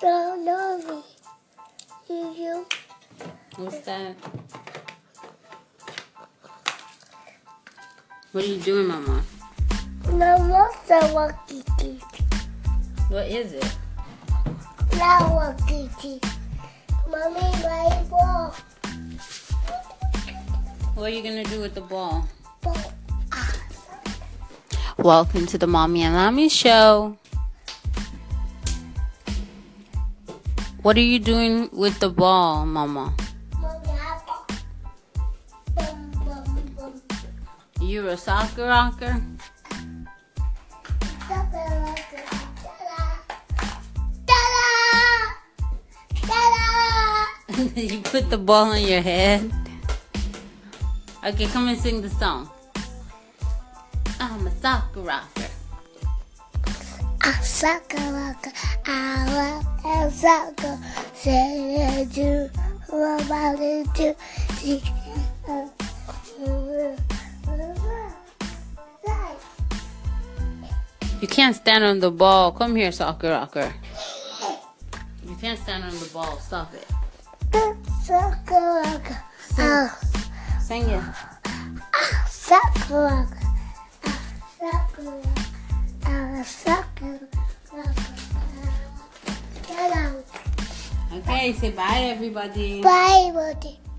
Don't know me. You, you. What's that? What are you doing, Mama? No monster walkie teeth. What is it? Now walkie teeth. Mommy, my ball. What are you gonna do with the ball? Ball. Ah. Welcome to the Mommy and Mommy Show. What are you doing with the ball, Mama? Mommy, I ball. Bum, bum, bum. You're a soccer rocker? Ta-da, ta-da. Ta-da. you put the ball on your head? Okay, come and sing the song. I'm a soccer rocker. A sucker, rocker, I love a sucker. Say it to about it to see. You can't stand on the ball. Come here, soccer rocker. You can't stand on the ball. Stop it. Sucker, rocker, a Sing it. sucker, rocker, a sucker, rocker, a sucker, rocker. Hello. Okay, say bye, everybody. Bye, buddy.